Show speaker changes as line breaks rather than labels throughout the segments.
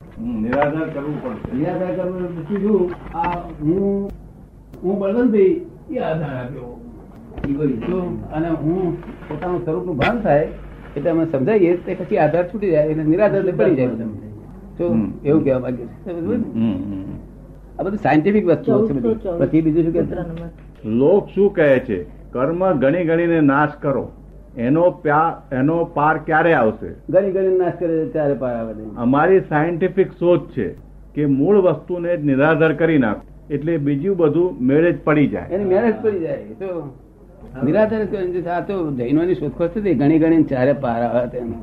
હમ, નિરાધાર કરવું પડશે
નિરાધાર કરવું એટલે સીધું આ હું હું બળવંતભાઈ એ આધાર આપ્યો ઈગો ઈચ્છો અને હું પોતાનું સ્વરૂપનું ભાન થાય એટલે અમે સમજાઈએ તે પછી આધાર છૂટી જાય એટલે નિરાધાર એટલે પડી જાય બધું તો
હમ.
એવું કહેવા માંગે છે સમજ પડી ને?
હમ, હમ.
આ બધું સાયન્ટિફિક વસ્તુ છે બધી પછી બીજું શું
સૂત્ર
કે
નંબર.
લોક શું કહે છે કર્મ ગણી ગણીને નાશ કરો એનો પ્યા એનો પાર ક્યારે આવશે
ગણી ગણી નાશ કરે છે ત્યારે પાર આવે નહીં.
અમારી સાયન્ટિફિક શોધ છે કે મૂળ વસ્તુને જ નિરાધાર કરી નાખો એટલે બીજું બધું મેળે જ પડી જાય
એની મહેનત પડી જાય તો નિરાધાર જ કરે છે. આ તો જૈનોની શોધખોળ થતી ગણી ગણી ચારે પાર આવે તેનો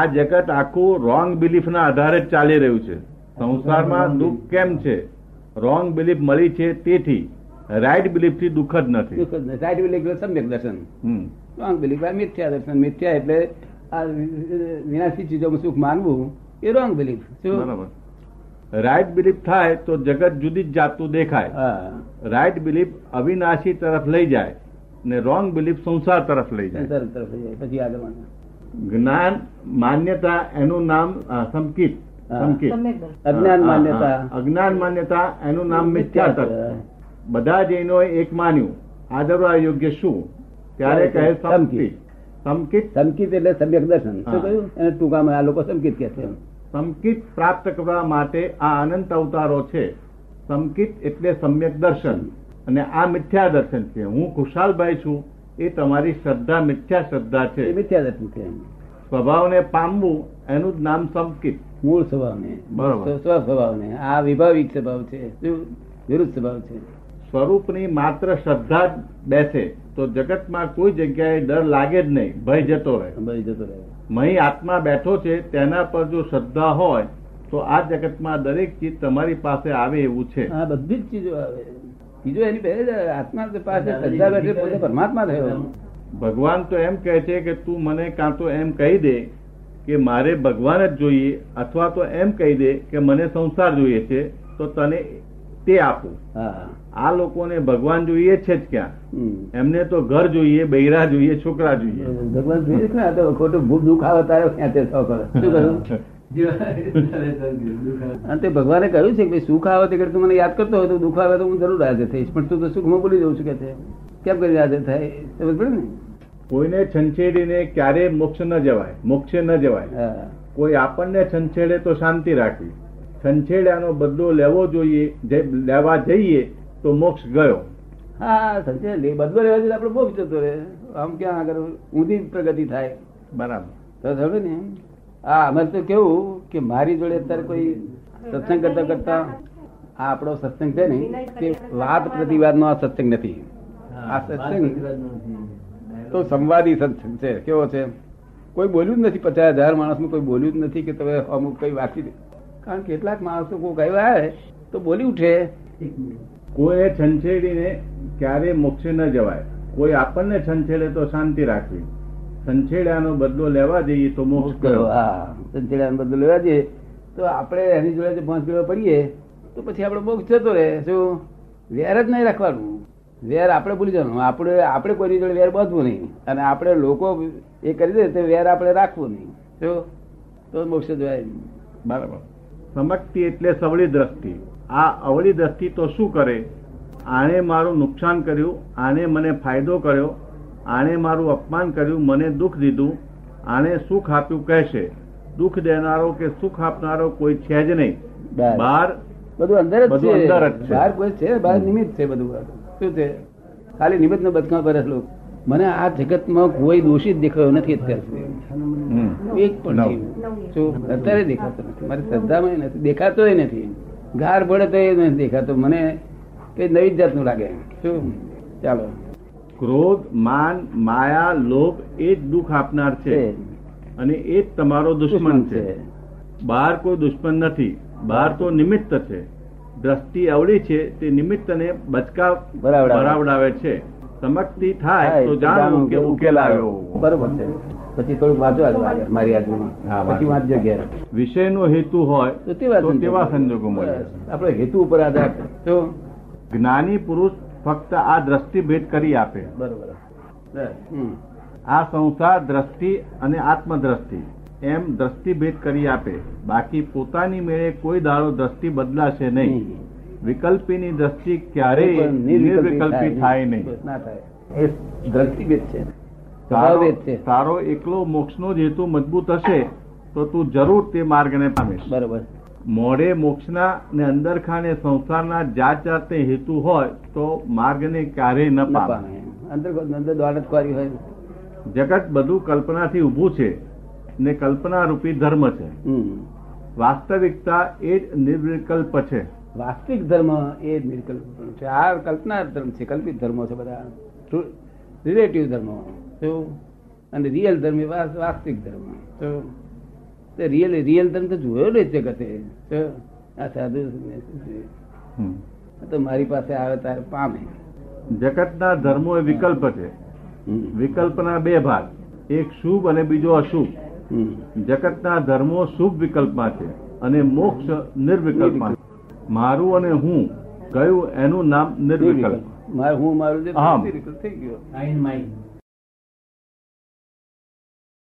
આ જગત આખું રોંગ બિલીફના આધારે જ ચાલી રહ્યું છે સંસારમાં દુઃખ કેમ છે રોંગ બિલીફ મળી છે તેથી રાઈટ બિલીફથી દુઃખ જ નથી
દુઃખ જ નહીં. સાચું બિલીફ એટલે સમ્યક દર્શન
હમ.
રોંગ બિલીફ આ મિથ્યા દર્શન મિથ્યા એટલે આ વિનાશી ચીજોમાં સુખ માનવું એ રોંગ બિલીફ
બરાબર રાઈટ બિલીફ થાય તો જગત જુદી જ જાતનું દેખાય
હા
રાઈટ બિલીફ અવિનાશી તરફ લઈ જાય ને રોંગ બિલીફ સંસાર તરફ લઈ જાય
સંસાર તરફ જાય પછી આગળ વાળા.
જ્ઞાન માન્યતા એનું નામ અ, સંકિત
હા.
સંકિત
સમ્યક દર્શન.
Ah, હા, હા,
અજ્ઞાન માન્યતા
હા. અજ્ઞાન માન્યતા એનું નામ મિથ્યા તત્વ
eh,
બધા જૈનોએ એક માન્યું આદરવા યોગ્ય શું ત્યારે કહે સંકિત સંકિત
સંકિત એટલે સમ્યક દર્શન
હા.
શું કહ્યું એને ટૂંકામાં આ લોકો સંકિત કહે છે
સંકિત પ્રાપ્ત કરવા માટે આ અનંત અવતારો છે સંકિત એટલે સમ્યક દર્શન અને આ મિથ્યા દર્શન છે હું ખુશાલભાઈ છું એ તમારી શ્રદ્ધા મિથ્યા શ્રદ્ધા
એ
છે
મિથ્યા દર્શન છે
સ્વભાવને પામવું એનું જ નામ સંકિત
મૂળ સ્વભાવને
બરાબર.
સ્વ સ્વભાવને આ વિભાવિક સ્વભાવ છે શું વિરુદ્ધ સ્વભાવ છે
સ્વરૂપની માત્ર શ્રદ્ધા જ બેસે તો જગતમાં કોઈ જગ્યાએ ડર લાગે જ નહીં ભય જતો રહે
સંભાળી જતો રહે
મહી આત્મા બેઠો છે તેના પર જો શ્રદ્ધા હોય તો આ જગતમાં દરેક ચીજ તમારી પાસે આવે એવું છે
આ બધી જ ચીજો આવે બીજો એની પહેલે જ આત્મા પાસે શ્રદ્ધા બેઠે પોતે પરમાત્મા થયો
ભગવાન તો એમ કહે છે કે તું મને કાં તો એમ કહી દે કે મારે ભગવાન જ જોઈએ અથવા તો એમ કહી દે કે મને સંસાર જોઈએ છે તો તને તે આપું
હા
આ લોકોને ભગવાન જોઈએ છે જ ક્યાં
હમ.
એમને તો ઘર જોઈએ બૈરા જોઈએ છોકરા જોઈએ
ભગવાન જોઈએ છે ને આ તો ખોટું ભૂખ દુઃખ આવે તારે ખેંચે શો કરે શું કહ્યું અને તે ભગવાને કહ્યું છે કે ભઈ સુખ આવે તે ઘડી તું મને યાદ કરતો હોય તો દુઃખ આવે તો હું જરૂર હાજર થઈશ પણ તું તો સુખમાં ભૂલી જઉં છું કે છે કેમ કરી હાજર થાય સમજ પડે ને
કોઈને છંછેડીને ક્યારે મોક્ષ ન જવાય મોક્ષે ન જવાય
હા.
કોઈ આપણને છંછેડે તો શાંતિ રાખવી છંછેડાનો બદલો લેવો જોઈએ જે લેવા જઈએ તો મોક્ષ ગયો
હા સંચય લે બદલો લેવા જોઈએ આપણે બહુ જતો રહે આમ ક્યાં આગળ ઊંધી પ્રગતિ થાય
બરાબર
તો સમજે ને આ અમે તો કેવું કે મારી જોડે અત્યારે કોઈ સત્સંગ કરતા કરતા આ આપણો સત્સંગ છે ને તે વાદ પ્રતિવાદનો આ સત્સંગ નથી આ સત્સંગ તો સંવાદી સત્સંગ છે કેવો છે કોઈ બોલ્યું જ નથી પચાસ હજાર માણસનું કોઈ બોલ્યું જ નથી કે તમે અમુક કઈ વાંચી દે કારણ કે કેટલાક માણસો કોઈ ગાયવા આવે તો બોલી ઉઠે
કોઈને છંછેડીને ક્યારે મોક્ષે ન જવાય કોઈ આપણને છંછેડે તો શાંતિ રાખવી છંછેડાનો બદલો લેવા જઈએ તો મોક્ષ ગયો
હા સંચેડાને બધું લેવા જઈએ તો આપણે એની જોડે જો પાંચ કિલો પડીએ તો પછી આપણે મોક્ષ જતો રહે શું વેર જ નહીં રાખવાનું વેર આપણે ભૂલી જવાનું આપણે આપણે કોઈની જોડે વેર બાંધવું નહીં અને આપણે લોકો એ કરી દે તો વેર આપણે રાખવું નહીં શું તો મોક્ષ જવાય નહીં.
બરાબર સમક્તિ એટલે સવળી દ્રષ્ટિ આ અવળી દ્રષ્ટિ તો શું કરે આણે મારું નુકસાન કર્યું આણે મને ફાયદો કર્યો આણે મારું અપમાન કર્યું મને દુઃખ દીધું આણે સુખ આપ્યું કહેશે દુઃખ દેનારો કે સુખ આપનારો કોઈ છે જ નહીં
બહાર.
બહાર
બધું અંદર જ
બધું
છે
અંદર જ છે.
બહાર કોઈ છે બહાર નિમિત્ત છે બધું શું છે ખાલી નિમિત્ત ને બચકા પર જ લોકો. મને આ જગતમાં કોઈ દોષી જ દેખાયો નથી અત્યાર સુધી
હમ.
એક પણ
નવ.
નહીં. જો અત્યારે દેખાતો નથી મારી શ્રદ્ધામાં નથી દેખાતોય નથી ગાર પડે તો એ નથી દેખાતો મને કઈ નવી જ જાતનું લાગે શું ચાલો
ક્રોધ માન માયા લોભ એ જ દુઃખ આપનાર છે અને એ જ તમારો દુશ્મન છે બહાર કોઈ દુશ્મન નથી બહાર તો નિમિત્ત છે દ્રષ્ટિ અવળી છે તે નિમિત્તને બચકા
બરાવડાવે.
બરાવડાવે છે સમકતી થાય
થાય
તો જાણવું કે ઉકેલ આવ્યો
બરોબર છે પછી થોડુંક વાંચવા જ લાગે મારી
હા,
આજુમાં
વાંચો.
પછી વાંચજો ઘેર
વિષયનો હેતુ હોય
તો તેવા
તો તેવા સંજોગો
સંજોગો બસ.
મળે
આપણો હેતુ ઉપર આધાર છે. તો
જ્ઞાની પુરુષ ફક્ત આ દ્રષ્ટિ ભેદ કરી આપે
બરોબર બસ. હમ.
આ સંસાર દ્રષ્ટિ અને આત્મદ્રષ્ટિ એમ દ્રષ્ટિભેદ કરી આપે બાકી પોતાની મેળે કોઈ દાડો દ્રષ્ટિ બદલાશે નહીં
નહીં.
વિકલ્પીની દ્રષ્ટિ ક્યારેય નિર્વિકલ્પી થાય નહીં
ના થાય એ દ્રષ્ટિભેદ છે
તારો
સ્વભાવભેદ છે
તારો એકલો મોક્ષનો જ હેતુ મજબૂત હશે તો તું જરૂર તે માર્ગને પામીશ
બરોબર
મોડે મોક્ષના ને અંદરખાને સંસારના જાત જાતને હેતુ હોય તો માર્ગને ક્યારેય ન
ન
પામે
પામે. અંદર અંદર દ્વારત ખોરી હોય
જગત બધું કલ્પનાથી ઊભું છે ને કલ્પના રૂપી ધર્મ છે
હમ.
વાસ્તવિકતા એ જ નિર્વિકલ્પ છે
વાસ્તવિક ધર્મ એ નિર્કલ્પ ધર્મ છે આ કલ્પના ધર્મ છે કલ્પિત ધર્મો છે બધા રિલેટિવ ધર્મો તો અને રિયલ ધર્મ એ વાસ- વાસ્તવિક ધર્મ તો તે રિયલ રિયલ ધર્મ તો જોયો નહીં જગતે તો આ સાધુ સંન્યાસી છે.
હમ.
આ તો મારી પાસે આવે તારે પામે
જગતના ધર્મો એ વિકલ્પ છે
હમ.
વિકલ્પના બે ભાગ એક શુભ અને બીજો અશુભ
હમ.
જગતના ધર્મો શુભ વિકલ્પમાં છે અને મોક્ષ નિર્વિકલ્પમાં છે મારું અને હું ગયું એનું નામ નિર્વિકલ્પ
મારે હું મારું જે
આમ.
નિર્વિકલ્પ થઈ ગયો
માઇન્ડ માઇન્ડ